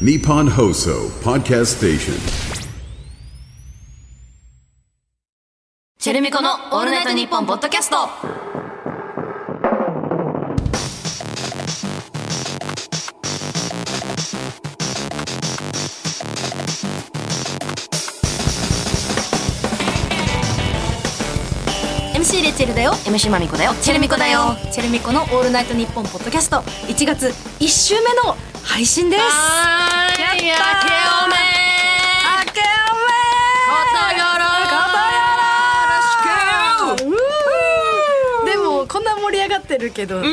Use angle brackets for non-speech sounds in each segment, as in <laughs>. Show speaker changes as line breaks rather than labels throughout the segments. Nippon Hoso Podcast Station.
チェルミコのオールナイトニッポンポッドキャストレチェルだよ MC まみこだよチェルミコだよチェルミコのオールナイトニッポンポッドキャスト1月1週目の配信です
はーい
やったー
明けおめ
あけお
こと
め
よろ
ことよろしくでもこんな盛り上がってるけど、
うん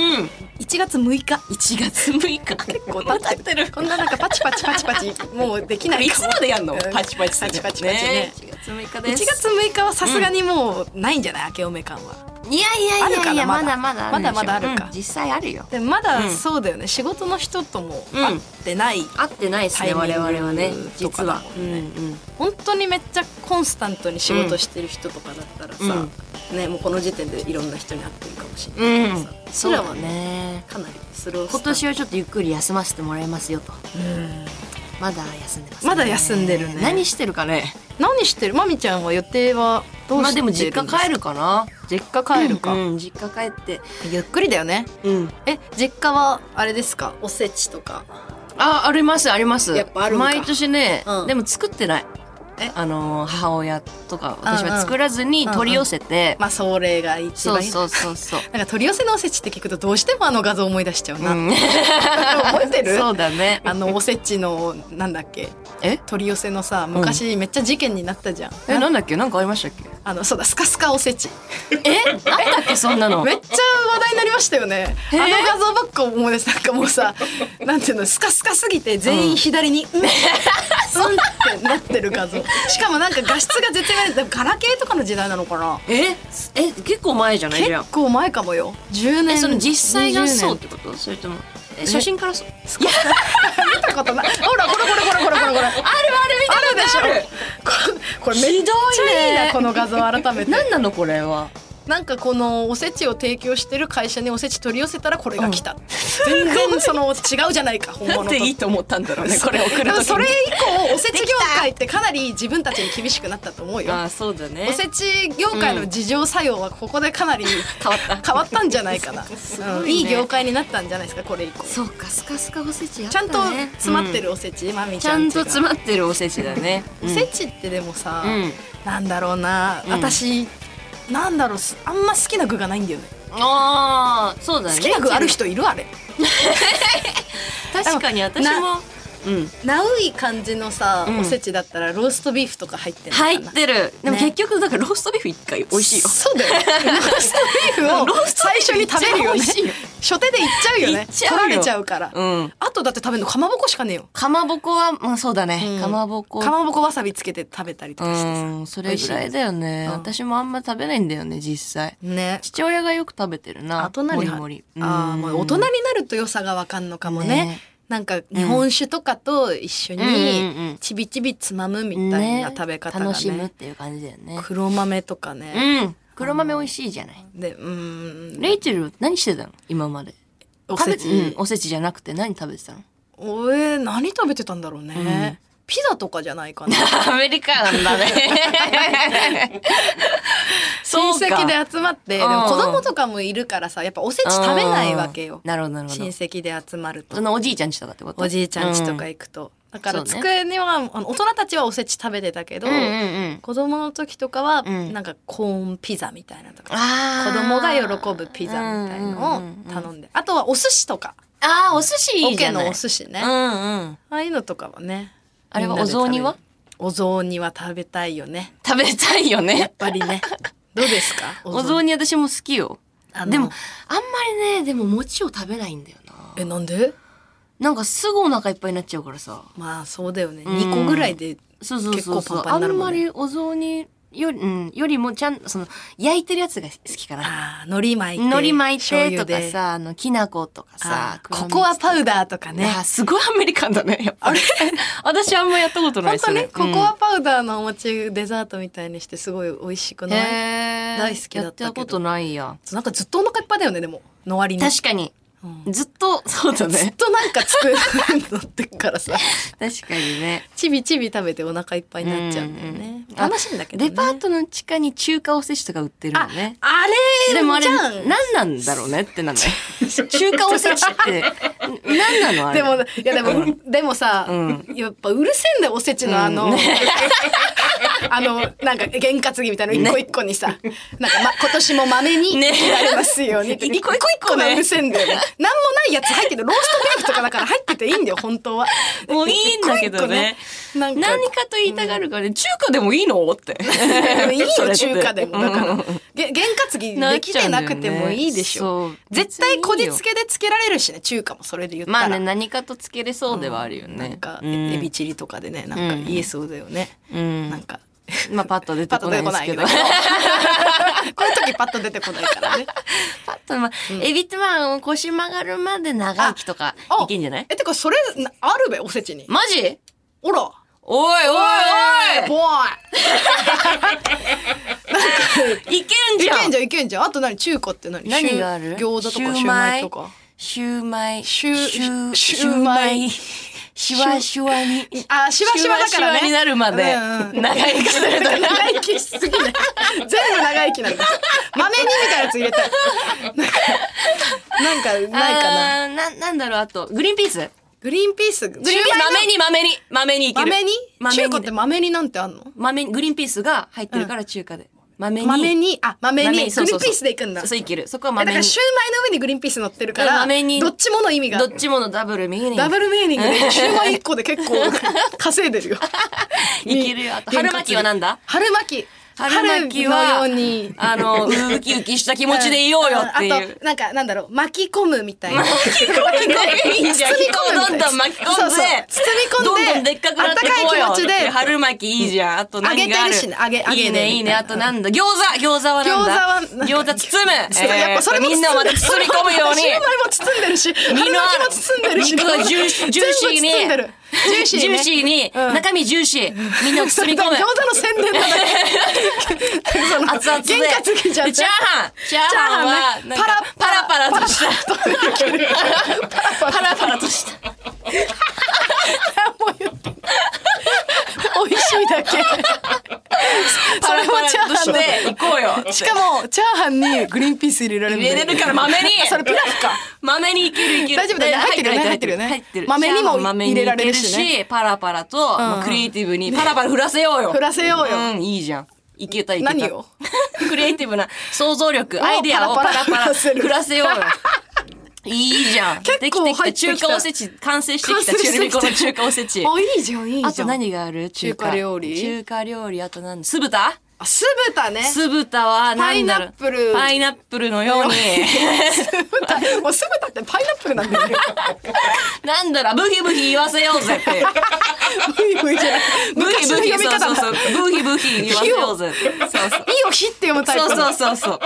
1月6日
1月6日結
こうなっちゃってるこんななんかパチパチパチパチもうできない
い
か
つ
も
までやんの
うん
パチパチ
パチパチパチね
1月6日
1
です
月6日はさすがにもうないんじゃない明けおめ感は。
いやいやいやいや
あ
ま
る
だ
かな
ま
まだ
だ
まだまだあるか
うん実際あるよ
でもまだ
うん
そうだよね、仕事の人とも
うん
会ってない、
会ってないですね
タイミ
我
ング
々はね
とか
実
だ
は
も
うん
ね
ん
本当にめっちゃコンスタントに仕事してる人とかだったらさ、ね、もうこの時点でいろんな人に会ってるかもし
う
れない
んう
けど
ん
さ、
そ
そう
う
ら
だ
はね
ね
かなりスロースタ
今
ート
年はちょっとゆっくり休ませてもらいますよとまだ休んでますね
まだ休んでるね
何してるかね
何してるまみちゃんは予定はどう
ま
し
あ
て
で
るん
も
です
実
か、
家帰るかな
実家帰るか、
うん実家帰って
ゆっくりだよね
うん
え実家はあれですかおせちとか
あ、あります、あります。
やっぱあるんか
毎年ね、
うん
でも作ってない。
え
あのー、母親とか、私
うんう
は
ん
作らずに取り寄せて、
まあそれが一
そう
番いい
そうそうそう。
なんか取り寄せのおせちって聞くとどうしてもあの画像思い出しちゃうな、
うん
<laughs> 覚えてる
<laughs> そうだね。
あのおせちのなんだっけ
え
取り寄せのさ昔めっちゃ事件になったじゃん、
え、
な
なんだっけなんかありましたっけ
あのそうだスカスカおせち
えなんだっけそんなの。
めっちゃ話題になりましたよねあ
へー
の画像ばっか思い出すなんかもう <laughs> さなんていうのスカスカすぎて全員左に「うん」うんってなってる画像しかもなんか画質が絶妙でガラケーとかの時代なのかな
ええ、結構前じゃないじゃん
結。構前かもよ10年
え、その実際が
20年
そうってことそれとも。え、写真からそう。
見たことないほらこれこれこれこれこれこれあるある見たことあるでしょここれめっちゃいい
ひどい
な
ね
この画像改めて
何なのこれは。
なんかこのおせちを提供してる会社におせち取り寄せたらこれが来た、全然その違うじゃない
<laughs>
か本物と。
と思ったんだろう
そうでもそ
そ
れ
れ。
以降おせち業界ってかなり自分たちに厳しくなったと思うよ
あ、そうだね。
おせち業界の事情作用はここでかなり
変わった。
変わったんじゃないかな、
ごいね
うんいい業界になったんじゃないですかこれ以降
そうか、スカスカおせちやっ
ちゃ
た
ん
ね。
と詰まって
る
るおせち、まみ
ち
ちゃ
ゃ
ん
ん
ち
と
が
詰まってるおせちだね。
おせちってでもさ、
うん
なんだろうな、
うん
私なんだろうすあんま好きな具がないんだよね
ああ、そうだ
好
ね。
きな具ある人いるあれ
確かに私
な
も。うん、
なうい感じのさ、
うん
おせちだったらローストビーフとか入ってる
入ってる。でも
ね
結局だからローストビーフ一回美味しいよ。
そうだよねローストビーフ
ロ
を
ースト
最初に
ビーフ
食べるよね
一番美味しいよ
初手でいっちゃうよね
いっちゃうよ
取られちゃうから、
うん。
あとだって食べるのかまぼこしかねえよ
かまぼこは、まあそうだね。
うん
かまぼこ。
かまぼこわさびつけて食べたりと
う
かしてさ、
ん、それぐらいだよね。
うん
私もあんま食べないんだよね、実際。
ね
父親がよく食べてるな。
後なりは
もりもり。
ああもう大人に
に
なると良さがわかんのかもね
ね
なんか日本酒とかと一緒
うん
に
うんうん
ちびちびつまむみたいな食べ方が
楽し
ね
むっていう感じだよね。
黒豆とかね、
うん。黒豆美味しいじゃない。
でうーん
レイチェル、何してたの今まで。
おせ
食べうん
ち、
おせちじゃなくて何食べてたの
おえ何食べてたんだろうね、
ん
ピザとかじゃない
<laughs>
かな
アメリカなんだ <laughs> ね。
親
そうか
戚で集まってで
う
も
ん
子供とかもいるからさやっぱおせち食べないわけよ
なるほど、なるほど。
親戚で集まる
そ
と
のおじいちゃん家とかってこと
おじいちゃん家とか行くと、だから
そうね
机には、あの大人たちはおせち食べてたけど、
うんうんうん。
子供の時とかは、
ん
なんかコーンピザみたいなとか
あ
子供が
ぶ。
喜ぶピザみたいのを頼んであとはお寿司とか
あー、お寿司い
オ
いじ
ケ
ゃない。
のお寿司ね
う
あ
んうん。
あいうのとかはね
あれは
みんなで食べ
お
る
雑煮は
お雑煮は食べたいよね
食べたいよ
やっ
ね。
ぱり
<laughs>
ねどうですか
お雑煮私も好きよ。
あの
でも、あんまりね、でも餅を食べないんだよな。
えなんで
なんかすぐお腹いっぱいになっちゃうからさ。
まあそうだよね
ん
2個ぐらいで
そうそうそうそう
結構パンパンになるも
あ
ん
ん
ね
まりお雑煮より、うん、よりもちゃんその焼いてるやつが好きかな
あー海苔巻いて
海苔巻い
醤
て
油
とか
で
さあのきな粉とかさ
あーココアパウダーとか
ね
ね
すごいアメリカンだねやっぱり <laughs> 私あんまやったことない
本
です
当
よね
ねココアパウダーのお餅デザートみたいにしてすごい美味しく
うん
ない
へー
大好きだったけど
やったことないや
なんかずっとお腹いっぱいだよねでもの割に
確かにずっとそうだ
ずっ
ね
となんか作るのってからさ
確かにね
ちびちび食べてお腹いっぱいになっちゃうんだよね
うんうんあ
楽しいんだけどね
デパートの地下に中華おせちとか売ってるのね
あれ
でもあれ
じゃ
何
ん
なんだろうねってなんだよ <laughs> 中華おせちって何なのあれ
でもいやでもでもさ、
う
やっぱうるせえんだよおせちのあの、 <laughs> あのなんか験担ぎみたいなの一個一個にさ、なんか、ま、今年もまめに
ね
やりますようにっ
<laughs>
て、
一個一個ね
一個がうるせえんだよねなんもないやつ入っててローストビーフとかだから入ってていいんだよ本当は
もういいんだけどね
一個一個なんか
何かと言いたがるからね、中華でもいいのって。
でもいい
それ
よ
って
中華でもだか
う
ら
ん
げ験担ぎできてなくてもいいでし
なっちゃうんだよ
ょ
ねそう
絶対こじ
別
つけでつけられるしね中華もそれで言ったら
<laughs> まあね、何かとつけれそうではあるよね。
なんか、
うん
エビチリとかでねなんか
うん
言えそうだよね、
うん
なんか
まあパッと出
パ
て
ッ
ことな
出
い
て
で
こ
す
ない
けど
けどこ。ういう時パッと出てこないからね
<laughs> パッと、まあ、エビってまあ、腰曲がるまで長生きとか <laughs>
あ、
いけんじゃない
えてかそれなあるべおせちに
マジ
おら
おいおい
ボー
おいいけん
イい
じゃん
けんじゃんいけんじゃんあと何中華って何
何がある
シュ餃子とかシュウマイとか
シューマイ。
シュ
シュ
シュ
シューマイ。シ
シ
ュワシュワに。
あーシワシワだからね
シュワシュワになるまで、
うんうん
長生きするとね。
長生きしすぎない全部長生きなんだ豆にみたいなやつ入れたいなんかなんか <laughs> ないかな
あーな。なんだろう、あと、グリーンピースグ
グリーンピース
リ
グ
ーンピース、豆に豆に、豆にいける。
豆に
豆に
中華って豆になんてあんの
豆に、グリーンピースが入ってるから中華で。豆に。
豆にあ豆に
そうそうそう
グリーンピースでいくんだ
そういける。そこは
えだ
豆
か
に
ら。シューマイの上にグリーンピース乗ってるから
豆に
どっちもの意味が
どっちものダブルミーニング。
ダブルミーニング
<laughs>
でシューマイ1個で結構稼いでるよ
いけるよ。あと春巻きはなんだ
春巻き
春巻きは、
春のように
あの、ウキウキした気持ちでいようよってい
あ
う。
となんかなんだろう巻き込むみたいな
<laughs> 巻き込んでいいんじゃん。
<laughs> 包み込む
どん
みたいな
どん巻き込んで。
そうそう包み込んで
どんどんでっかくなってこうよ。
あったかい気持ちで
春巻きいいじゃん。あと何があ
揚げて
る
るしね揚げ揚げてる
いいね、いいね。
みたいな
あとなんだ餃子餃子はなん
餃子
だ
はなんか
餃子包む。
そうやっぱそれも
えーみんなをまた包み込むように
シューマイも包んでるし春巻きも包んでるし
肉がジューシージューシーに
全部包んでるジューシー
ジュ
ね
ーシーに、
うん
中身ジューシー。みんなを包み込む
<laughs> 餃。子の宣伝だねその
熱々で。
験担ぎじゃん
チャーハンチャーハンは、なん
パラ
かパラパラとした。
パラ
パラパラとした。
もう言って美味しいだけ
パラパラとして、行こうよって。
しかもチャーハンにグリーンピース入れられるんだよ
入れれるから豆に
あ <laughs> それピラフか
豆にいけるいける。
大丈夫だよね入ってるよ
入
ね入
っ
ってて
る。
るよね
シャーも
豆にも入れられるしね
豆にいけるパラパラと、まあクリエイティブに、パラパラ振らせようよ。
振らせようよ
うん、いいじゃん。いけたいけた。
何を
<laughs> クリエイティブな想像力、アイデアを
パ
パ
ラ
ラ
パ
パラ
ラ振らせる
振らせよう
<laughs>
よ。いいじゃん。
結構
でき
入
て
って
き
き
た
た
中華おせち、完成してきた
完成
中
して
リ
き
コ
た
の中華おせち。
あいいじゃんいいじゃん
あと何がある中華
中華料理
中華料理、あと何酢豚
あ酢豚ね
酢豚は何だろう
パイナップル
パイナップルのように。
<laughs> 酢豚もう酢豚ってパイナップルなんだよね
なんだろう、ブヒブヒ言わせようぜって。
ブイブイじゃない
ブヒ
<laughs> 昔の
ブヒ、
読み
そう
方だ
そうそう。ブヒブヒ言わせようぜって。そうそう。
いいよ、火って読むタイプ。
そうそう
う。
そうそう。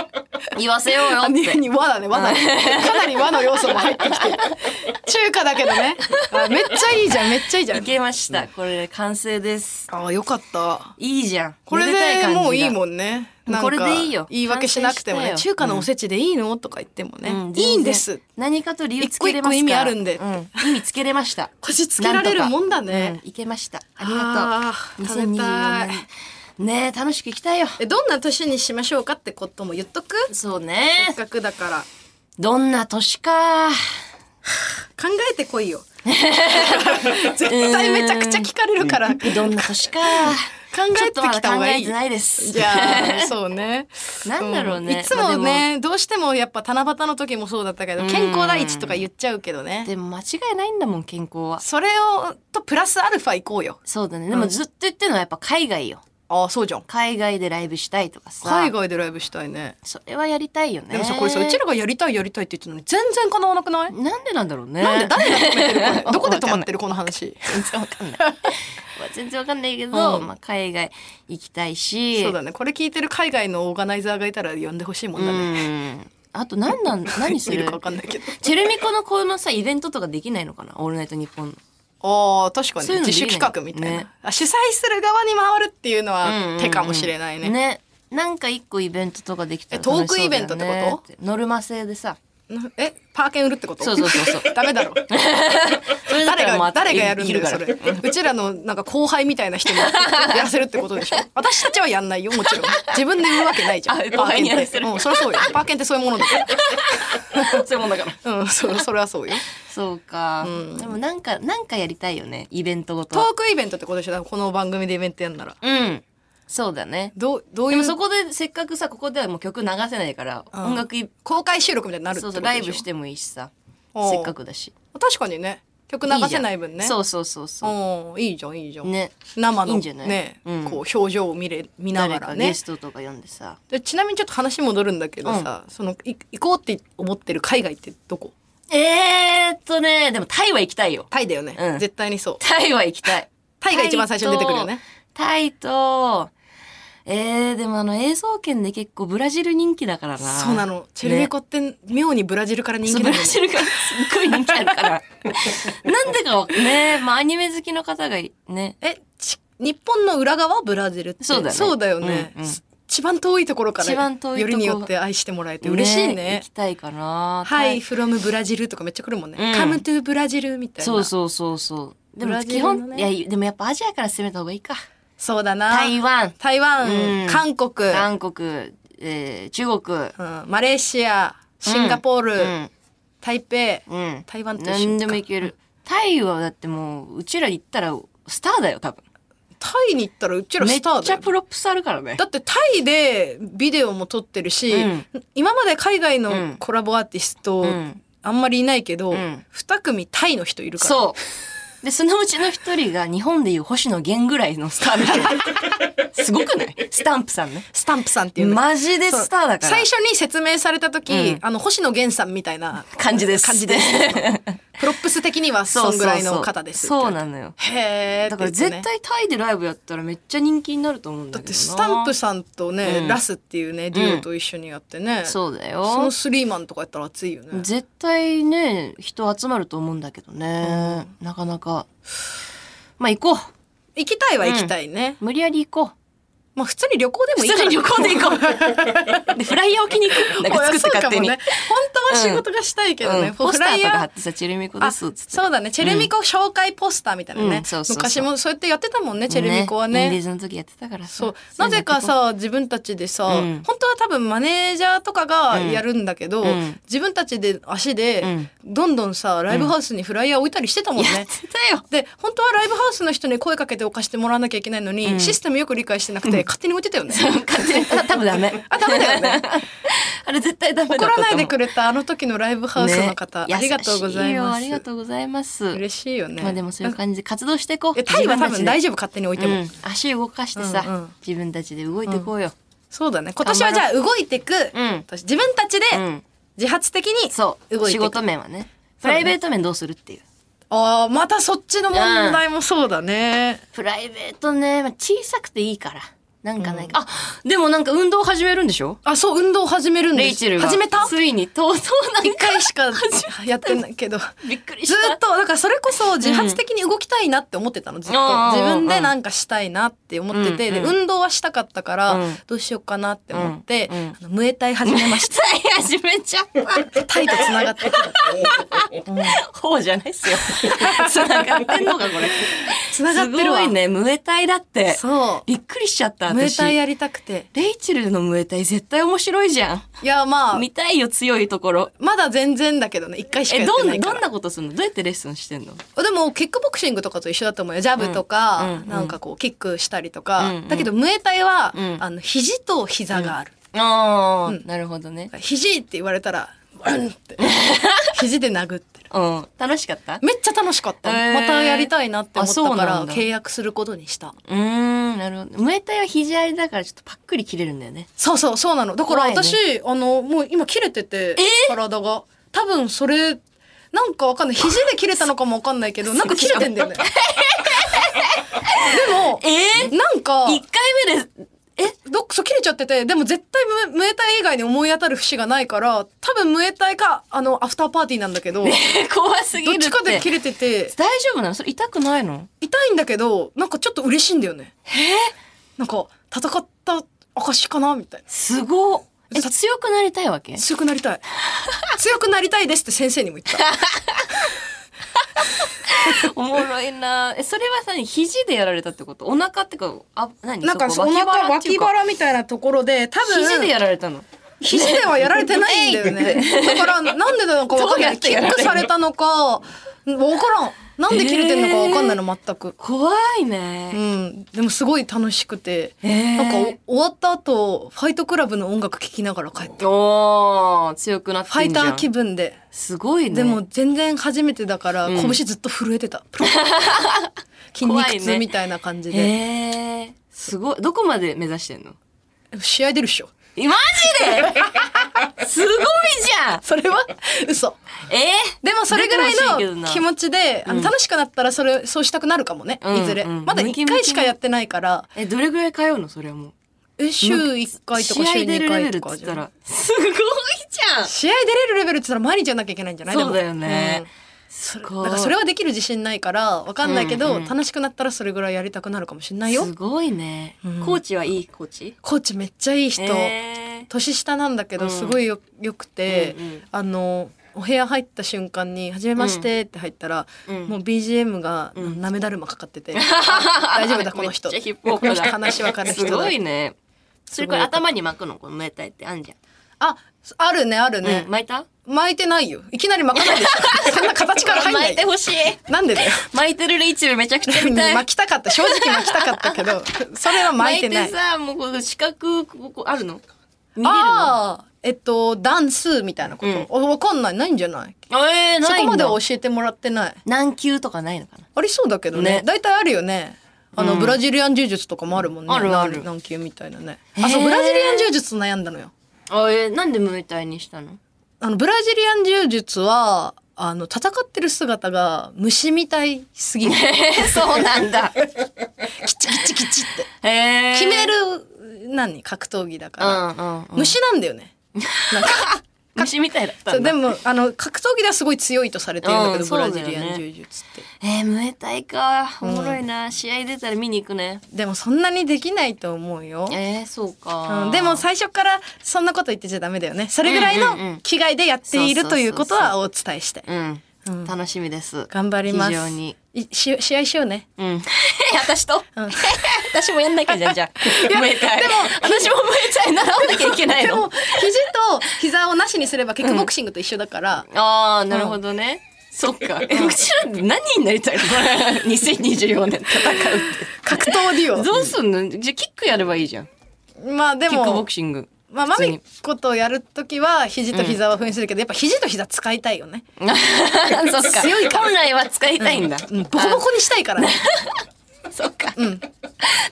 言わせようよっ
に
て。
に和だね、和だね。かなり和の要素も入ってきてる。中華だけどね。あめっちゃいいじゃん、めっちゃいいじゃ
い
ん。
けました。これ完成です。
ああ、よかった。
いいじゃん。
これ
めでた
で
感じが
もういいもんね。なんか
これでいいよ
言い訳しなくてもね。
完成したよ
中華のおせちでいいのとか言ってもね。
うん全然
いいんです。
何かと理由つけれますから
一個一個意味あるんで
うん意味つけれました。
こじつけられるもんだね
なんとかうんいけました。ありがとう。
あー食べたい
2024年。ねえ楽しく行きたいよ。
えどんな年にしましょうかってことも言っとく
そう
せ
ね
っ。かくだから。
どんな年か。
考えてこいよ。 <laughs> 絶対めちゃくちゃ聞かれるから。考
どんな年か。
えてきた方がいい。
ちょっとまだ考えてないです
じ <laughs> ゃあ、そうね。
<laughs> なんだろうね。
いつ
まあ
も
で
ね、どうしてもやっぱ七夕の時もそうだったけど、健康第一とか言っちゃうけどね。
でも間違いないんだもん健康は
それを、とプラスアルファ行こうよ。
そうだねでもずっと言ってるのはやっぱ海外よ
ああ、そうじゃん。
海外でライブしたいとかさ
海外でライブしたいね。
それはやりたいよね
でもさ、これさ、うちらがやりたいやりたいって言ってたのに全然叶わなくない
なんでなんだろうね
なんで誰が止めてるこれ <laughs> どこで
わ
止
かん
まっ
ない
てるこの話。
全然わかんない <laughs> まあ全然わかんないけど、まあ、海外行きたいし
そうだね。これ聞いてる海外のオーガナイザーがいたら呼んでほしいもんだ
う
ね。
んあと何
<laughs>
なん何す
い
る
るかわかんないけど。
チェルミコのこのさイベントとかできないのかな「オールナイトニッポンの」
ああ確かに
そういうので
自
きない
主企画みたいな、
ね
あ主催する側に回るっていうの
うんうんう
は
ん
手かもしれないね,、
ねなんか一個イベントとかできたら
えトー
楽
ク
しそうだよね
イベントってこと
てノルマ制でさ
なえパーケン売るってこと
そうそうそう <laughs> そう
ダメだろ
それだった
誰
らも
が
う
誰がやるんだよそ
昼
れうちらのなんか後輩みたいな人にや
<laughs>
らせるってことでしょ私たちはやんないよもちろん自分で売るわけないじゃん
あ後輩にやらせる
パーケンってうんそりゃそうよパーケンってそういうものだか
からそういうもんだから
らうんそそれはそうよ
そうか、でもなんかなんかやりたいよねイベントごと
ト
は
ークイベントってことでしょだからこの番組でイベントやんなら
うんそうだね
どうどう
で
い
も
う
そこでせっかくさここではもう曲流せないから、音楽い
公開収録みたいになるって
そ
こ
う
と
そう
でしょ
ライブしてもいいしさ
おう
せっかくだし
確かにね曲流せない分ね
いいじゃんそうそうそうそ
うんいいじゃんいいじゃ
うんね
生の
いいんじゃない
ね
うん
こう表情を見れ見な
誰
が
からゲ
ね
ストとか呼んでさ
でちなみにちょっと話戻るんだけどさ、そのい行こうって思ってる海外ってどこ
えーっとねでもタイは行きたいよ
タイだよね、
うん
絶対にそう
タイは行きたい
タイが一番最初に出てくるよね
タイとえー、でもあの映像圏で結構ブラジル人気だからな
そうなのチェルミコって、妙にブラジルから人
そう
気
ブ
な
ラ
のよね
ジルがすっごい人気ある
<laughs>
からなんでかわねまあアニメ好きの方がね
えち日本の裏側ブラジルって
そうだね
よね、
うんうん
一番遠いところから
一番遠いとこ
よりによって愛してもらえて嬉しいね
行きたいかな
は
タ
い、
イ
from ブラジルとかめっちゃ来るもんね。
うん
come to ブラジルみたいな。
そうそうそうそうで
ブ
も
ラジ
基
ルのね
本、いやでもやっぱアジアから攻めた方がいいか
そうだな。
台。湾
台湾、
うん
韓国、
韓国、えー中国
うんマレーシア、シンガポール、
うん
台北、
うん
台湾と一緒か
何でもいけるタイはだってもううちら行ったらスターだよ多分
タイに行ったらうちら
め
ス
っ
ターだよ。
ちゃプロップスあるからね
だってタイでビデオも撮ってるし、
うん
今まで海外
う
の
ん
コラボアーティスト、
うん
あんまりいないけど、
ん
二組タイの人いるから。
そう。で、そのうちの一人が日本でいう星野源ぐらいのスターみたい
<laughs>
な。すごくないスタンプさんね。
スタンプさんっていうの
マジでスターだから。
最初に説明された時、あの星野源さんみたいな
感じです。
感じです
<laughs>
プロップス的にはそんぐらいの方で
そ
す
うそうそうそう
の
なのよ。
へえ
だから絶対タイでライブやったらめっちゃ人気になると思うんだ
だっ
けど
て
な。
スタンプさんとね、
うん
ラスっていうねデュオと一緒にやってね、
そうだ
そ
よ
の。スリーマンとかやったら熱いよね
絶対ね、人集まると思うんだけどね。なかなか。まあ行こう。
行きたいは行きたいね、
無理やり行こう。
まあ普通に旅行でもいい
普
か
通
ら
に旅行で行こう。で、フライヤー置きに行 <laughs> く。なんか作って
<laughs> そうか
勝手
も
に。
ね本当は仕事がしたいけどね、
うん
こう
ポスターとか貼
ー
ってさ、チェルミコで
あ
すっつって。
そうだねチェルミコ紹介ポスターみたいなね、
うんそうそうそう
昔もそうやってやってたもんねチェルミコは
イン
ね
ディーズの時やってたからさ
そう
い
な
うのや
ぜ
ってこう
かさ自分たちでさ、
うん
本当は多分マネージャーとかがやるんだけど、
ん
自分たちで足で、
ん
どんどんさライブハウスにフライヤー置いたりしてたもん
やっ
ね。
てたよ
で本当はライブハウスの人に声かけてお貸してもらわなきゃいけないのに、システムよく理解してなくて、勝手に置いてたよね。
勝手にあ多分ダメ
あダメだよね
<laughs> あれ絶対ダメだ
怒
った
ら
と思う
ないでくれたあの時のライブハウスの方、
ね
ありがとうござい
優しよ
ます。
ありがとうございます
嬉しいよね。
まあでもそういう感じで活動していこう
えタイは多
自分た
分大
ちで
丈夫勝手に置いても、
うん足動かしてさ、
うんうん
自分たちで動いていこうよ、
そうだね今年はじゃあ動いてく、
うん
自分たちで
うん
自発的に動
そ
いていく、
う仕事面はねプ
そ
ラ
うだね
イベート面どうするっていう
ああまたそっちの問題もそうだね、
プライベートね、まあ、小さくていいからなんかないか、あでもなんか運動始めるんでしょ
あそう運動始めるん
レ
で
イ
す
チェルが
始めた
ついにとうとうなんか
一回しかやってない
<laughs>
けどず
びっくりし
ー
た
っとだからそれこそ自発的に動きたいなって思ってたのずっと
うん
自分でなんかしたいなって思ってて、
うん
で
うん
運動はしたかったから、
うん
どうしようかなって思って、
うんうん
あのムエタイ始めまし
タイ始めちゃった <laughs>
たタイとつながってくる
方じゃないっすよ。 <laughs> 繋がってんのかこれ。
つながってるわ
すごいね、ムエタイだって。
そ
びっくりしちゃった
うムエ
私。
タイやりたくて
レイチェルのムエタイ絶対面白いじゃ
いやまあ
ん。見たいよ強いところ。
まだ全然だけどね一回しかや
え
って
どん
な
ない
か
ど
ら
んなことするのどうやってレッスンしてんの？
でもキックボクシングとかと一緒だと思うよジャブと
うん
か、
うんうん
なんかこうキックしたりとか、
うんうん
だけどムエタイは、
ん
あの肘と膝がある、
ああ、なるほどね。
肘って言われたらうんって
<laughs>
肘で殴ってる
うん楽しかった？
めっちゃ楽しかった、
へー
またやりたいなって思った
あそう
か
な
ら
んだ
契約することにした
うーんなるほど。ムエタイは肘ありだからちょっとパックリ切れるんだよね。
そうそうそうなのだから
怖いね
私、あのもう今切れてて、体が多分それなんかわかんない肘で切れたのかもわかんない <laughs> けどなんか切れてんだよねで <laughs> も
え
なんか
一回目でえ <laughs>
どっそう切れちゃっててでも絶対ムムエタイ以外に思い当たる節がないから多分ムエタイかあのアフターパーティーなんだけ <laughs> どどっ
怖すぎるって。
ちかで切れてて
大丈夫なの？それ痛くないの？
痛いんだけどなんかちょっと嬉しいんだよね。なんか戦った証かなみたいな。
すごっ。え強くなりたいわけ
<laughs> 強くなりたい強くなりたいですって先生にも言った
おもろいなえそれはさ肘でやられたってことお腹ってかあ何
<laughs> なんか
そこ
お腹
ってい
脇
うか
腹みたいなところで多分
肘でやられたの
肘ではやられてないんだ
<laughs>
よね。だから、なんでなのかわかんない。
どう
キ
やってやら
ッ
れる
クされたのか、わからん。なんで切れてるのかわかんないの、全く。
怖いうね、
ん。でもすごい楽しくて。
えー
なんかお、終わった後、ファイトクラブの音楽聴きながら帰った。
おー強くなって
ファ
ん
イ
じ
タ
ゃん
ー気分で。
すごいね
でも、全然初めてだから、
うん
拳ずっと震え
<laughs>
てた。 <laughs> プロ筋
怖い
肉
ね
痛みたいな感じで。
へえすごいどこまで目指してんの
試合出るっしょ。
えマジで <laughs> すごいじゃん
それは
<laughs>
嘘。
え
でもそれぐらい
出てほしいけど
の
な
気持ちで、あの楽しくなったらそれそうしたくなるかもね、
うん
いずれ、
うん
まだ
ムキ
1
ムキ
回しかやってないから
ーえどれぐらい通うのそれはもう
え週1回とか週
試合出
2
るレベ
回
ル
と
っつっ
かじ
た
ゃん
らすごいじ
試合出れるレベルって言ったら毎日やんなきゃいけないんじゃ
ゃ
なんいでも
<laughs> そうだよね、
うん
す
だ
ごい
からそれはできる自信ないからわかんないけど、
うんうん
楽しくなったらそれぐらいやりたくなるかもしれないよ
すごいね、
うん
コーチはいいコーチ
コーチめっちゃいい人、
えー
年下なんだけ
う
ど
ん
すごいよ,、よくて、
うんうん
あのお部屋入った瞬間に「はじめまして」って入ったら、
うん
もう BGM が「
ん
なめだるま」かか
<laughs>
ってて「あ大丈夫だこの人」
めっちゃヒップホップだ
この人話分かる人
す
だ
ごいねそれこれ
すごい
頭に巻くのこのネタってあんじ
ああるねある
ゃん、
ね
うん、、巻いた
巻いてないよいきなり巻かないでし
<laughs>
ょそんな形から入んな
巻い
い
て
よ
ほしい
なんでだよ
巻いてるレイチェルめちゃくちゃ見 <laughs> たい
巻きたかった正直巻きたかったけどそれは巻いてない
さもうこの四角ここあるの見れるの
ああえっとダンスみたいなこと、おわかんないないんじゃない
えー、ないんだ
そこまでは教えてもらってない
何級とかないのかな
ありそうだけどね
ね
大体あるよねあの、ブラジリアン柔術とかもあるもんね
あるある
なん軟球みたいなね
へー
あそうブラジリアン柔術悩んだのよ
あえー、なんでムエタイにしたの
あのブラジリアン柔術はあの戦ってる姿が虫みたいすぎる
<laughs> そうなんだ
キチキチキチって
<laughs> へ <laughs> え
決める何格闘技だ
う
か
んうん、う
ら
ん、
虫なんだよねなんか
虫みたいだった
そうん
だ
でもあの格闘技ではすごい強いとされてるんだけど、
うん
ブ
そう
ラ
だ
ジ
よね
リアン柔術って
えー、ムエタイかおもろいな、試合出たら見に行くね
でもそんなにできないと思うよ
えー、そうか、
うん、でも最初からそんなこと言ってちゃダメだよねそれぐらい
うんうんうん
の気概でやって
そう
いる
そうそうそう
ということはお伝えして
うん、
うん
楽しみです
頑張ります
非常に
いし試合しようね
うん <laughs> 私と、私もやんなきゃじゃんじゃあムエタイ
でも
私もムエタイ習わなきゃいけない
で
の
も肘と膝をなしにすればキックボクシングと一緒だから、
ああなるほどね、そっかえうちら何になりたいの2024年戦うっ
格闘デ
て
ュ
どうすんのじゃあキックやればいいじゃん
オまあで
キックボ
も
クシング
まあ、マ
普通
ミ
に
コとやるときは肘と膝は封印するけど、やっぱ肘と膝使いたいよね、
<laughs> そっか
強
<laughs>
いから
本来は使いたいんだ、
うん、ボコボコにしたいからね
あそっか、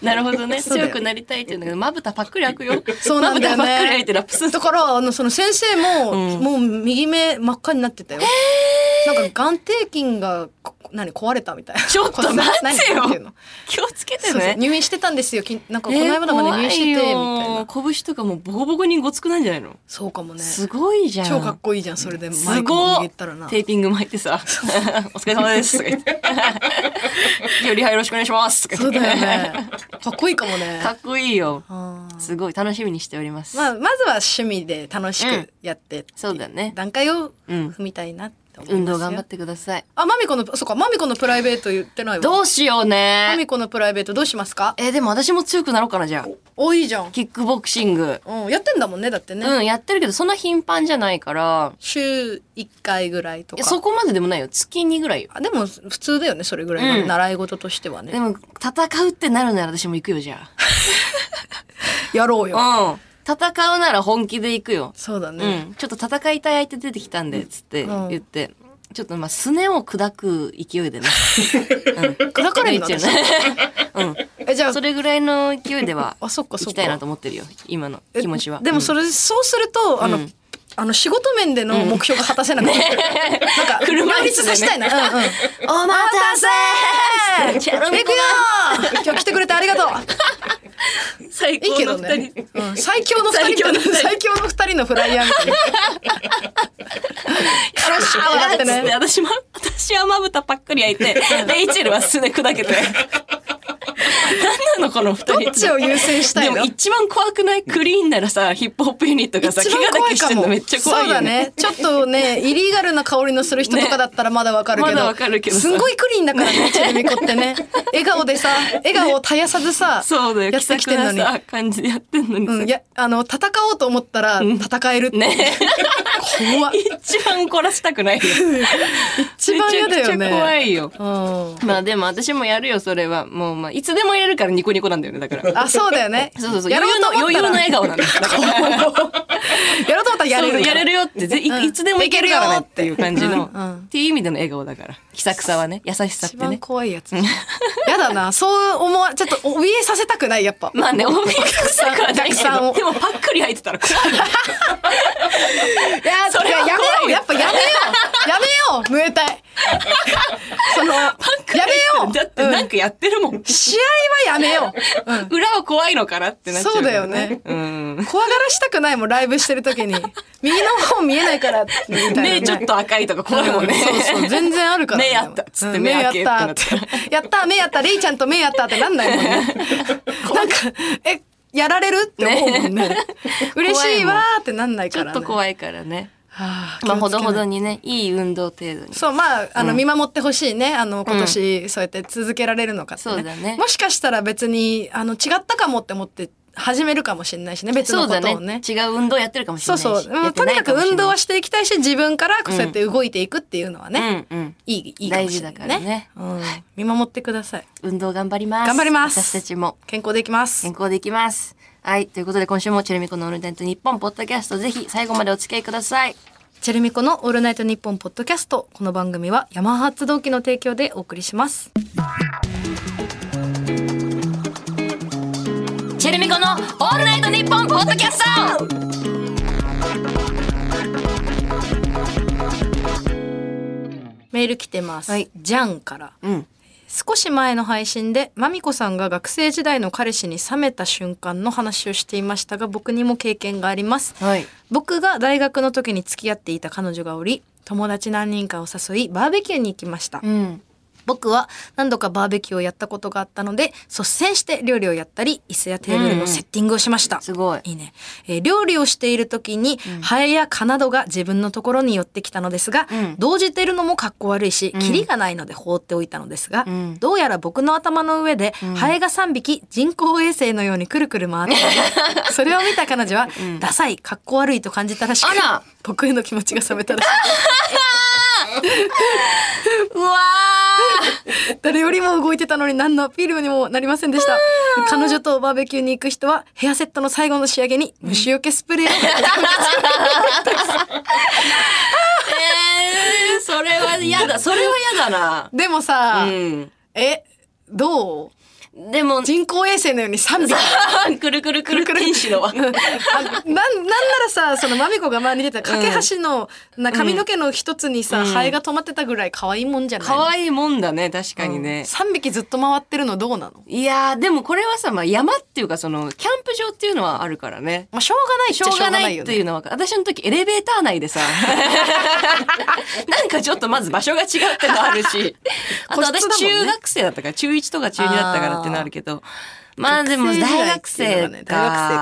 なるほどね
そうだ
強
よ
くなりたいっていうんだけどまぶたパックリ開くよ
そうなんだよね
まぶたパックリ開いてラップする
<laughs> だからあのその先生も、もう右目真っ赤になってたよ、なんか眼底筋がこ何壊れたみたいな
ちょっと
骨折
待ってよ
何ていうの
気をつけて
そうそう
ね
入院してたんですよきなんかこの間まで入院しててみたいな
な拳とかもうボコボコにごつくなんじゃないの
そうかもね
すごいじゃん
超かっこいいじゃんそれでマ
す
イクも
ご
握
い
ったらな
テーピング巻いて
<laughs>
さ「お疲れ様です」とか言って「よりはよろしくお願いします」とか
そ
言
う
って
だよ
<laughs>
ねかっこいいかもね
かっこいいよ
あー
すごい楽しみにしております、
まあ、まずは趣味で楽し
うん
くやってってい
そうだね
段階を
うん
踏みたいなって思いますよ、
運動頑張ってください
あマミコのそうかマミコのプライベート言ってないわ
どうしよう
マミ
ね
コのプライベートどうしますか
えでも私も強くなろうかなじゃあ
おいいじゃん、
キックボクシング
うん、やってんだもんねだってね、
うんやってるけどそんな頻繁じゃないから
週1回ぐらいと
いや
か
そこまででもないよ月にぐらいよ
あでも普通だよねそれぐらいの、
うん
習い事としては
で
ね
も戦うってなるなら私も行くよじゃ
やろうよ <laughs>
あうん戦うなら本気で行くよ
そうだね、
うん、ちょっと戦いたい相手出てきたんで、つって
うん
言って、ちょっとまあ、すねを砕く勢いでね。
砕
<laughs>
かれんの
レイチェルね
えじゃ
う
あ
ん。それぐらいの勢いでは、
あそっかそ
行
っか
きたいなと思ってるよ、今の
え
気持ちは。
でも
うん
それ、そうするとあの、
うん
あの仕事面での目標が果たせなくなる、なんか
車
両
椅子
立
でね
させたいな、うんうん、
<laughs> お待たせーチャロミ
行
コ
くよー今日来てくれてありがと
<laughs>
う
最
いいけ
高の
ど
二
ね
人。、
うん、最強の二人みたいな最強の二人のフライヤーみた
<laughs>
いな
カラシャ
ー
ー
って
っ
ね
つって、私も、
<laughs>
私はまぶたパックリ開いて、レイチェルはすね砕けて。何ののこの二人
どっちを優先したいの
でも一番怖くないクリーンならさヒップホップユニットがさ
一
怪
番
我だ
怖
け
い
して
か
ん
も
のめっちゃ怖い
そう
よ
だ
ね
ねちょっと
<laughs>
ねイリーガルな香りのする人とかだったらまだわかるけ
ね
ど、
まだわかるけどさ
すんごいクリーンだからねちなみこって
<laughs>
ね笑顔でさ笑顔を絶やさずさ
そうだよ
や
気
って
さ
き
く
てんの
な
に
さ感じでやってんのにさ、
うん、いやあの戦おうと思ったら戦えるって、
ね
怖っ
一番怒らせたくないよ
<laughs> 一番嫌だよね
めちゃくちゃ怖いよ
うん
まあでも私もやるよそれはもうまあいつでも入れるからニコニコなんだよねだから
あそうだよね
<laughs> そうそうそう
や
余
ろ
裕
う
の
と思っ
余裕
た
の
ら
笑顔なんだよだから
やろうと思 <laughs> ったらやれる
そう
か
や
ら
れるよってぜい,、
うん
つでもいけるよ
いけるよ
っ
っ
て
て
いう感じの、
うんうん
っていう意味での笑顔だから気さくさはね優しさっ
一
て
番
ね
怖いやつやだなそう思わちょっと怯えさせたくないやっぱ
まあねお見えくさくはないけ
たくさん
ど
を
でもパックリ入ってたら怖い
いや
それは
やめよ
怖
う
い
やっぱやめようやめようムエ
<laughs>
タイそのやめよう
だってなんかやってるもん、
試合はやめよう、うん
裏は怖いのかなってなっちゃうから
そうだよね
うん
怖がらしたくないもんライブしてる時に右の方見えないからみたい
<laughs>
な
目ちょっと赤いとか怖いもんね、
そうそう全然あるからね、
目やったっつって
うん
目開けってな
目や
っ
ったたやった目やったレイちゃんと目やったってなんないも
<laughs>
んねなんかえやられるって思うもんね嬉しいわーってなんない
ち
か
ょ
ら、
っ
ね、
と怖いからね
はあ
まあほどほど
に
にねいい運動程度に
そうまああの、
うん
見守ってほしいねあの今年そうやって続けられるのかって、ね
そうだね
もしかしたら別にあの違ったかもって思って始めるかもしれないしね別の
そ
こ
う
とを
だ
ね
ね違う運動やってるかもしれ
そ
な
う
いし
そう、う
や
ん、
って
とに
ない
かく
もしれ
運
ない
動はしていきたいし自分からそうやって動いていくっていうのはね、
うんうん
いいいいかもしれな
大事だ
い、ね、
からね
うん、見守ってください
運動頑張ります
頑張ります
私たちも
健康でいきます
健康でいきますはいということで今週もチェルミコのオールナイト日本ポッドキャストぜひ最後までお付き合いください
チェルミコのオールナイトニッポンポッドキャストこの番組はヤマハ発動機の提供でお送りします
チェルミコのオールナイト日本ポッドキャスト
メール来てます、
はい
ジャンから
うん
少し前の配信でまみこさんが学生時代の彼氏に冷めた瞬間の話をしていましたが僕にも経験があります
はい
僕が大学の時に付き合っていた彼女がおり友達何人かを誘いバーベキューに行きました
うん
僕は何度かバーベキューをやったことがあったので率先して料理をやったり椅子やテーブルのセッティングをしました、
すごい
いいね、えー料理をしている時に、ハエや蚊などが自分のところに寄ってきたのですが、
うん
動じているのもかっこ悪いし、キリがないので放っておいたのですが、
うん
どうやら僕の頭の上で、ハエが3匹人工衛星のようにくるくる回ってい
<laughs>
てそれを見た彼女は、ダサいかっこ悪いと感じたらしく
あら
僕への気持ちが冷めたらし
うわ
い <laughs> 誰よりも動いてたのに何のアピールにもなりませんでした彼女とバーベキューに行く人はヘアセットの最後の仕上げに虫除けスプレーをかけて
ーえー、 <laughs> それは嫌だそれは嫌
<laughs>
だ
でもさ、
なうん
えどう
でも
人工衛星のように3匹
<laughs> くるくるくる天使の輪
あなんなんならさそのまみこが前に出てた架け橋の、な髪の毛の一つにさ、ハエが止まってたぐらい可愛いもんじゃない
可愛いもんだね確かにね、
3匹ずっと回ってるのどうなの
いやーでもこれはさ、まあ、山っていうかそのキャンプ場っていうのはあるからね
まあしょうがないっ
し
ち
ょ
ゃ
う
しょ
が
うがな
ないい
よ
という
ね
のは分かる私の時エレベーター内で
<laughs>
さなんかちょっとまず場所が違うってのあるしあと
<laughs> 個室
私
だもんね
中学生だったから中1とか中2だったからってのあるけどまあでも大学生
大学
か
生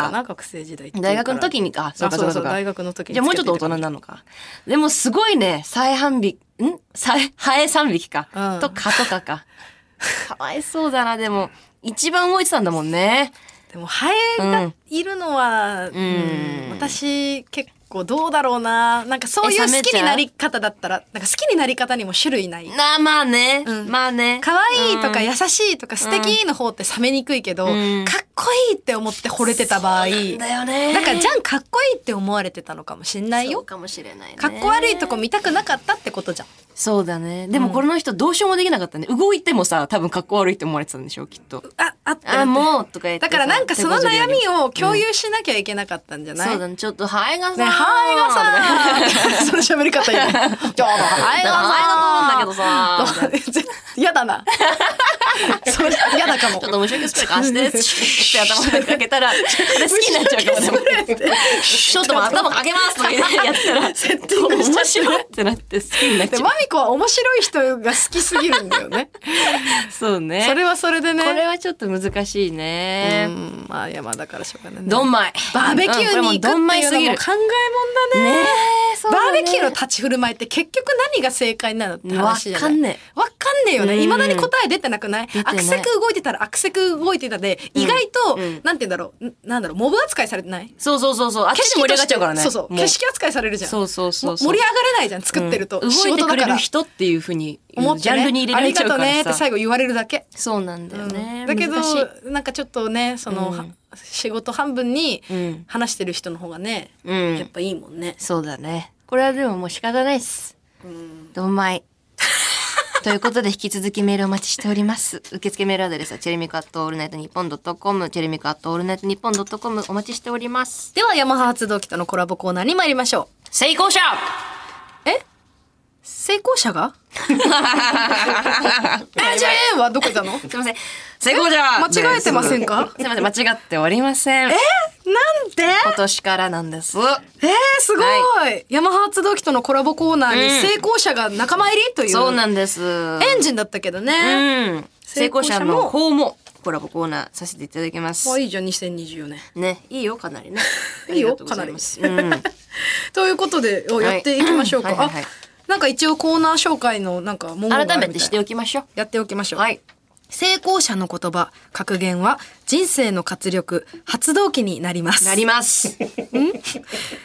かな学生時代っていうから
大学の時にか
あそう
そうかそう
そ
かそう
うそう
か
大学の時に
じゃあもうちょっと大人なのかでもすごいね再販匹ん再ハエ3匹か、
うん
とかとかか <laughs> かわいそうだなでも一番動いてたんだもんね
でもハエがいるのは、うん私結構どうだろうななんかそういう
え冷
好
めちゃう
きになり方だったらなんか好きになり方にも種類ない
なあまあね、
ん
まあね
可愛いとか優しいとか素敵の方って冷めにくいけど、
うん
かっこいいって思って惚れてた場合
うんだよね
なんかじゃんかっこいいって思われてたのかもしんない
そう
よ
かもしれないね
かっこ悪いとこ見たくなかったってことじゃん
そうだねでもこの人どうしようもできなかったね動いてもさ多分かっこ悪いって思われてたんでしょうきっと
ああって
あもうとか言って
だ
さ
からなんかその悩みを共
うん
有しなきゃいけなかったんじゃない、
そうだねちょっとハエがさ
ね、ハエが <laughs> さ、その喋り方いいね。ちょっとハエがさ、
ハエがさ
どうぜ <laughs> 嫌だな。それ嫌だかも
ちょ。っと面白いスプレー貸して、シュッて頭にかけた
<laughs>
ら、あれ好きになっちゃうかも、でも。ちょっともう頭かけますとか言ってやった <laughs> ら、
セッティングしちゃ
面白いってなって好きになっ
で
ちゃ
マミコは面白い人が好きすぎるんだよね。
そうね
それはそれでね
これはちょっと難しいね、
うんまあいやまあだからしょうがないね
ドンマイ
バーベキューに行くっていうのも考えもんだね
ねえそう
バ
だね
ーベキューの立ち振る舞いって結局何が正解なのって話じゃない
わかんね
えわかんねえよね
うん
いまだに答え出てなくない
てない
悪せく動いてたら悪せく動いてたで意外と、
うん
なんて言うんだろうなんだろうモブ扱いされてない
そうそうそうそうあっち盛り上がっちゃうからね
そうそう
も
景色扱いされるじゃん
そうそうそうそう
も盛り上がれないじゃん作ってると、
うん
仕
動いて
事だ
く
か
れ
ら
る人っていうふうに
思って
ジャンルに入れられちゃうか
ありがとうねっ
ら
て
さ
最後言われるだけ
そうなんだよね
うんだけど
難しい
なんかちょっとねその、
うん
は仕事半分に
うん
話してる人の方がね、
う
やっ
ん
ぱいいもんね。
そうだねこれはでももう仕方ないっすドンマイ <laughs> ということで引き続きメールお待ちしております受付メールアドレスはチェルミコアットオールナイトニッポンドットコムチェルミコアットオールナイトニッポンドットコムお待ちしております
ではヤマハ発動機とのコラボコーナーに参りましょう。
成功者
成功
<laughs>
者がえじゃあ A はどこだの
すいません成功者
間違えてませんか
<laughs> すいません間違っておりませんえ
なんで
今年からなんです
えー、すごい、ヤマハ発動機とのコラボコーナーに成功者が仲間入りという。
そうなんですエ
エンジンだったけどね。
うん、成功者の方もコラボコーナーさせていただきます
もう。いいじゃん、2024年。
ね、いいよかなりね。
<laughs> いいよ
ありがとうござますうん、
<laughs> ということで、お
はい
やっていきましょうか。
はいはいはい
あなんか一応コーナー紹介のなんか文言があるみた
改
い
めてしておきましょう。
やっておきましょう。
はい。
成功者の言葉、格言は人生の活力、発動機になります。
なります。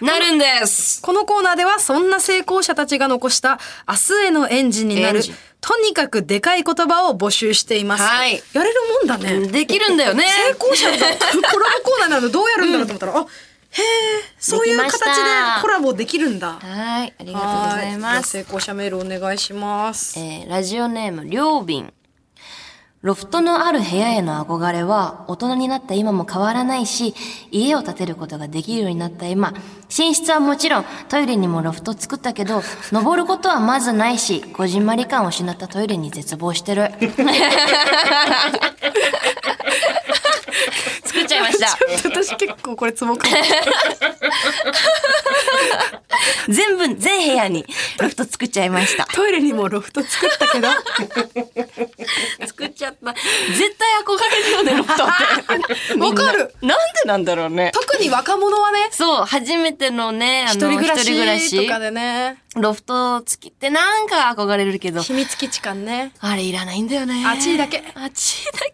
なるんです。
このコーナーではそんな成功者たちが残した明日へのエンジンにな
エン
る
ジン
とにかくでかい言葉を募集しています。
はい
やれるもんだね。
できるんだよね。
成功者とコラボコーナーなのどうやるんだろうと思ったら、
<laughs>
あへえそういう
できま
形
し
で
た
コラボできるんだ。
はい、ありがとうござい
は
ま
い
す。
成功者メールお願いします。
えーラジオネームりょうびん。ロフトのある部屋への憧れは大人になった今も変わらないし、家を建てることができるようになった今、寝室はもちろんトイレにもロフト作ったけど、登ることはまずないし、こじんまり感を失ったトイレに絶望してる。 <laughs> 作っちゃいました。
<laughs> ちょっと私結構これツボかも。
全部、全部屋にロフト作っちゃいました。
トイレにもロフト作った
<laughs>
けど。
作っちゃった。絶対憧れるよね、ロフトって。
わかる
みんななんでなんだろうね。
特に若者はね、
そう、初めてのね、あ
一
の、
人暮ら
一人暮ら
し
し
とかでね、
ロフト付きってなんか憧れるけど、
秘密基地感ね。
あれいらないんだよね。
暑いだけ
暑いだ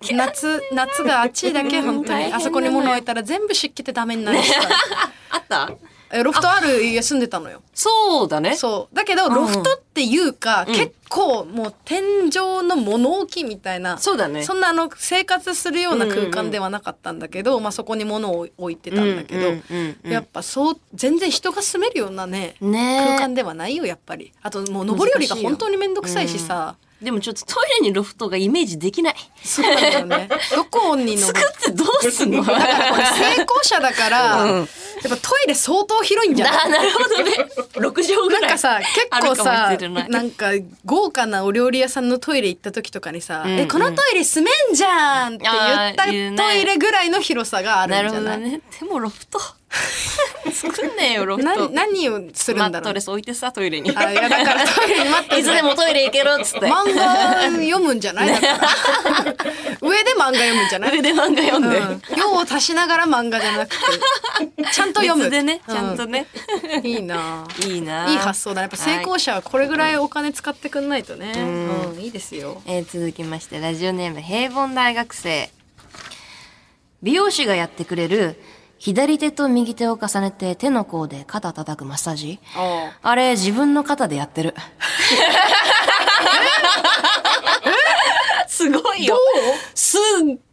け。
<laughs> 夏、夏が暑いだ
<laughs>
け、本当
大変なの
に。
よ
あそこに物置いたら全部湿気てダメになるから
<laughs> あった
えロフトある家住んでたのよ。
そうだね。
そう。だけど、
ん
ロフトっていうか、結構もう天井の物置みたいな。
そうだね
そんなあの、生活するような空間ではなかったんだけど、まあそこに物を置いてたんだけど、
うんうんうん
やっぱそう、全然人が住めるようなね、
ねえ
空間ではないよ、やっぱり。あともう上り降りが本当にめんどくさいしさ。
でもちょっとトイレにロフトがイメージできない。
そうなんだよ
<laughs>
ね。どこに登
作
る
ってどうすんの
だからこれ成功者だから、
うん
やっぱトイレ相当広いんじゃない
あ、なるほどね。6畳ぐら。
ないんかさ結構
ある
さ
かもしれない
なんか豪華なお料理屋さんのトイレ行った時とかにさ「
ん
えこのトイレ住めんじゃん!」って
あー言う
言っ
ね
たトイレぐらいの広さがあ
な
る
る
んじ
ほ
ゃ
ど
ない
ね。でもロフト。 <laughs> 作んねえよ、ロフ
な
ト。
何をする
マ
んだ
ッ
ろ
ト
う
レス置いてさ、トイレに。
あいやだからトイレに待って
いつでもトイレ行けろっつって。
漫画読むんじ
<laughs>
ゃないだから上で漫画読むんじゃない、
上で漫画読ん
う
で。
ん、用を足しながら漫画じゃなくてちゃんと読む
別でね、
う
ちゃんとね。
いいなぁ
いいな。
いい発想だやっぱ成功
はい
者はこれぐらいお金使ってくんないとね、うんいいですよ <laughs>
えー続きまして、ラジオネーム、平凡大学生。美容師がやってくれる、左手と右手を重ねて手の甲で肩叩くマッサージ
ああ
あれ、自分の肩でやってる。すごいよ。すっ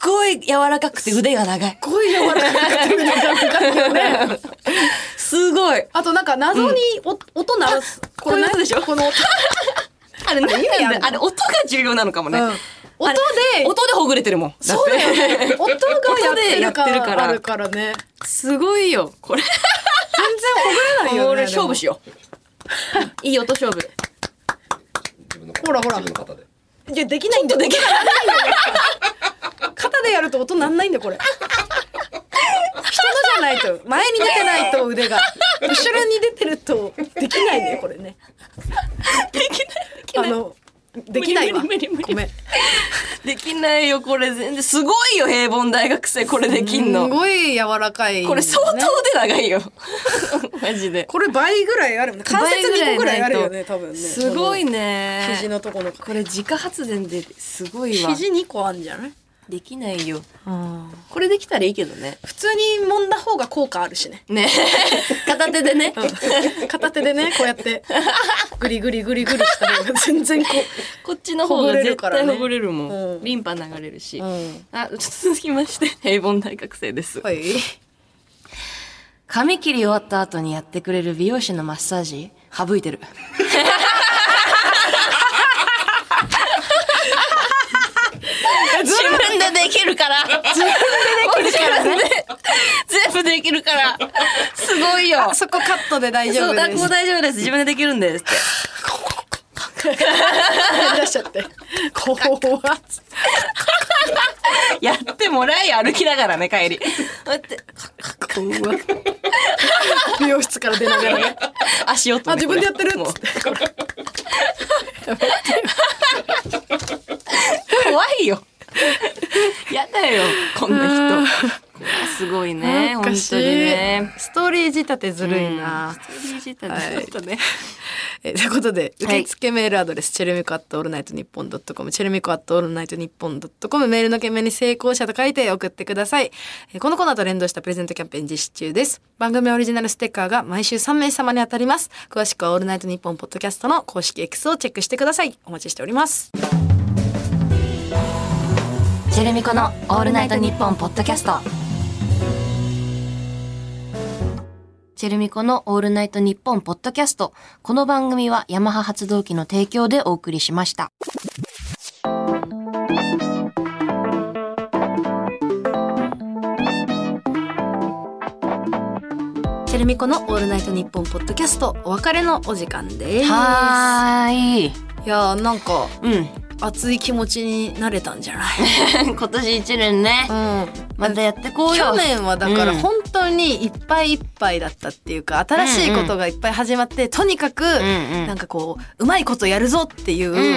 ごい柔らかくて腕が長い。
すっごい柔らかくて
すごい。
あとなんか謎にお、音鳴らす。こ
こういう音でしょ
この音。
あれ、なん
意味あんの
あれ、音が重要なのかもね。
うん音で、
音でほぐれてるもん。
そうだよね。音
音
が
でや
やっ
ってて
る
る
か。
からら
あるからね。
<laughs> すごいよ。これ。
全然ほぐれないよね。
俺、勝負し
よ
<laughs> よう。いい音勝負。
ほらほら
自分の方で
う。いや、できないんだよ。できないんだよ。肩でやると音なんないんだよ、これ。人のじゃないと、前に出てないと腕が。後ろに出てると、できないね、これね。できない、できない。あの、できないわ
無理無理無理無理
ごめん
できないよ、これ全然。すごいよ、平凡大学生、これできん
す
の。
ごい柔らかい、
これ相当で長いよ。 <laughs> マジで。
これ倍ぐらいあるもんね関節2個ぐらいあるよね
倍ぐらいない
多分
と
ね
すごいね。
肘のとこの
これ自家発電ですごいわ。
肘2個あるんじゃない
できないよ。これできたらいいけどね。
普通に揉んだ方が効果あるしね
ね <laughs> 片手でね。
<laughs> 片手でねこうやってグリグリグリグリした方
<laughs>
が全然こう
こっちの方が絶対ほぐれるも
ほぐれるからね
ん。
うん
リンパ流れるし。
ん
あ、ちょっと続きまして、平凡大学生です。
はい
髪切り終わった後にやってくれる美容師のマッサージ省いてる。自分でできるから。自分でできるからね。全部できるから。すごいよ。
あそこカットで大丈
そう、
夫
学
で
校
す
大丈夫です。自分でできるんですって。
出しちゃって怖っ
やってもらい歩きながらね、帰り。待って、
美容室から出ながらね
足音、ね。
あ自分でやってるっ
もう
つって
怖い <laughs> よ。やだよ、こんな人。これはすごいね、
お
本当
か
に
しい
ね。
ストーリー仕立てずるいな、
ストーリー自体だったね。
<laughs> えということで
はい
受付メールアドレス、チェルミコアットオールナイトニッポンドットコムチェルミコアットオールナイトニッポンドットコムメールの件名に成功者と書いて送ってくださいえーこのコーナーと連動したプレゼントキャンペーン実施中です番組オリジナルステッカーが毎週3名様に当たります詳しくはオールナイトニッポンポッドキャストの公式 X をチェックしてくださいお待ちしております
ジェルミコのオールナイトニッポンポッドキャスト。ジェルミコのオールナイトニッポンポッドキャスト。この番組はヤマハ発動機の提供でお送りしました。
チェルミコのオールナイトニッポンポッドキャストお別れのお時間です
はーい。
いやーなんか
うん。 <laughs>
熱い気持ちになれたんじゃない
今年一年ね。
うん
またやってこうよ。
去年はだから
うん
本当にいっぱいいっぱいだったっていうか新しいことがいっぱい始まってとにかく
んうん
なんかこううまいことやるぞってい
うん
う
うんう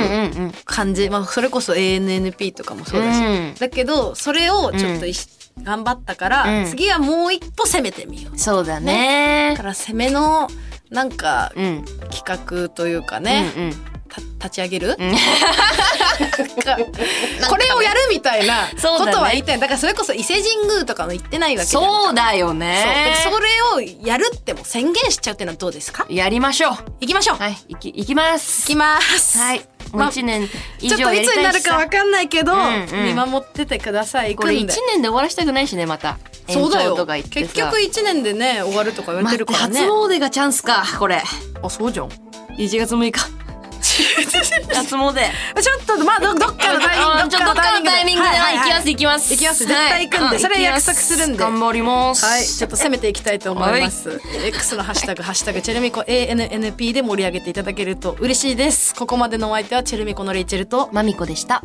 ん。
感じまあそれこそ ANNP とかもそうだし
うん
だけどそれをちょっといし頑張ったから
うん
次はもう一歩攻めてみよう
そうだね
だから攻めのなんか
うん。
企画というか
う
ね
んうん。
た立ち上げ <laughs> るかこれをやるみたいな
そうだ
こ
ね
とは言いたいだからそれこそ伊勢神宮とかも行ってないわけじゃん
そうだよね。
そうそれをやるっても宣言しちゃうっていうのはどうですか
やりましょう。
行きましょう、
はい、いき、いきます。
行きます
はい。も
ま
う
あ
一年以
ちょっ
上や
とい
り
つ
た
にないる
し
かわ
さ。
かんないけど、
うんうん
見守っててください
こ
行く
れ
ん
一
で
年で終わらしたくないしね、また。延
そうだ
長と
よ
か言ってさ
結局1年でね終わるとか言わ
待っ
れてる
て、
から
初
ね
詣がチャンスか、これ。
あそうじゃん <laughs> ち
1月6日。初�詣。
ょっとま
<laughs>
あどどっかのタイミン
あ
グ
ちょっとどっかのタイミングで、はい、行きます、行きます。
行きます絶対行くんで
はい
それは約束するん
行きま
で
す頑張ります。
はい、ちょっと攻めていきたいと思います。X のハッシュタグ、ハッシュタグ、チェルミコ ANNP で盛り上げていただけると嬉しいです。ここまでのお相手は、チェルミコのレイチェルと、
まみこでした。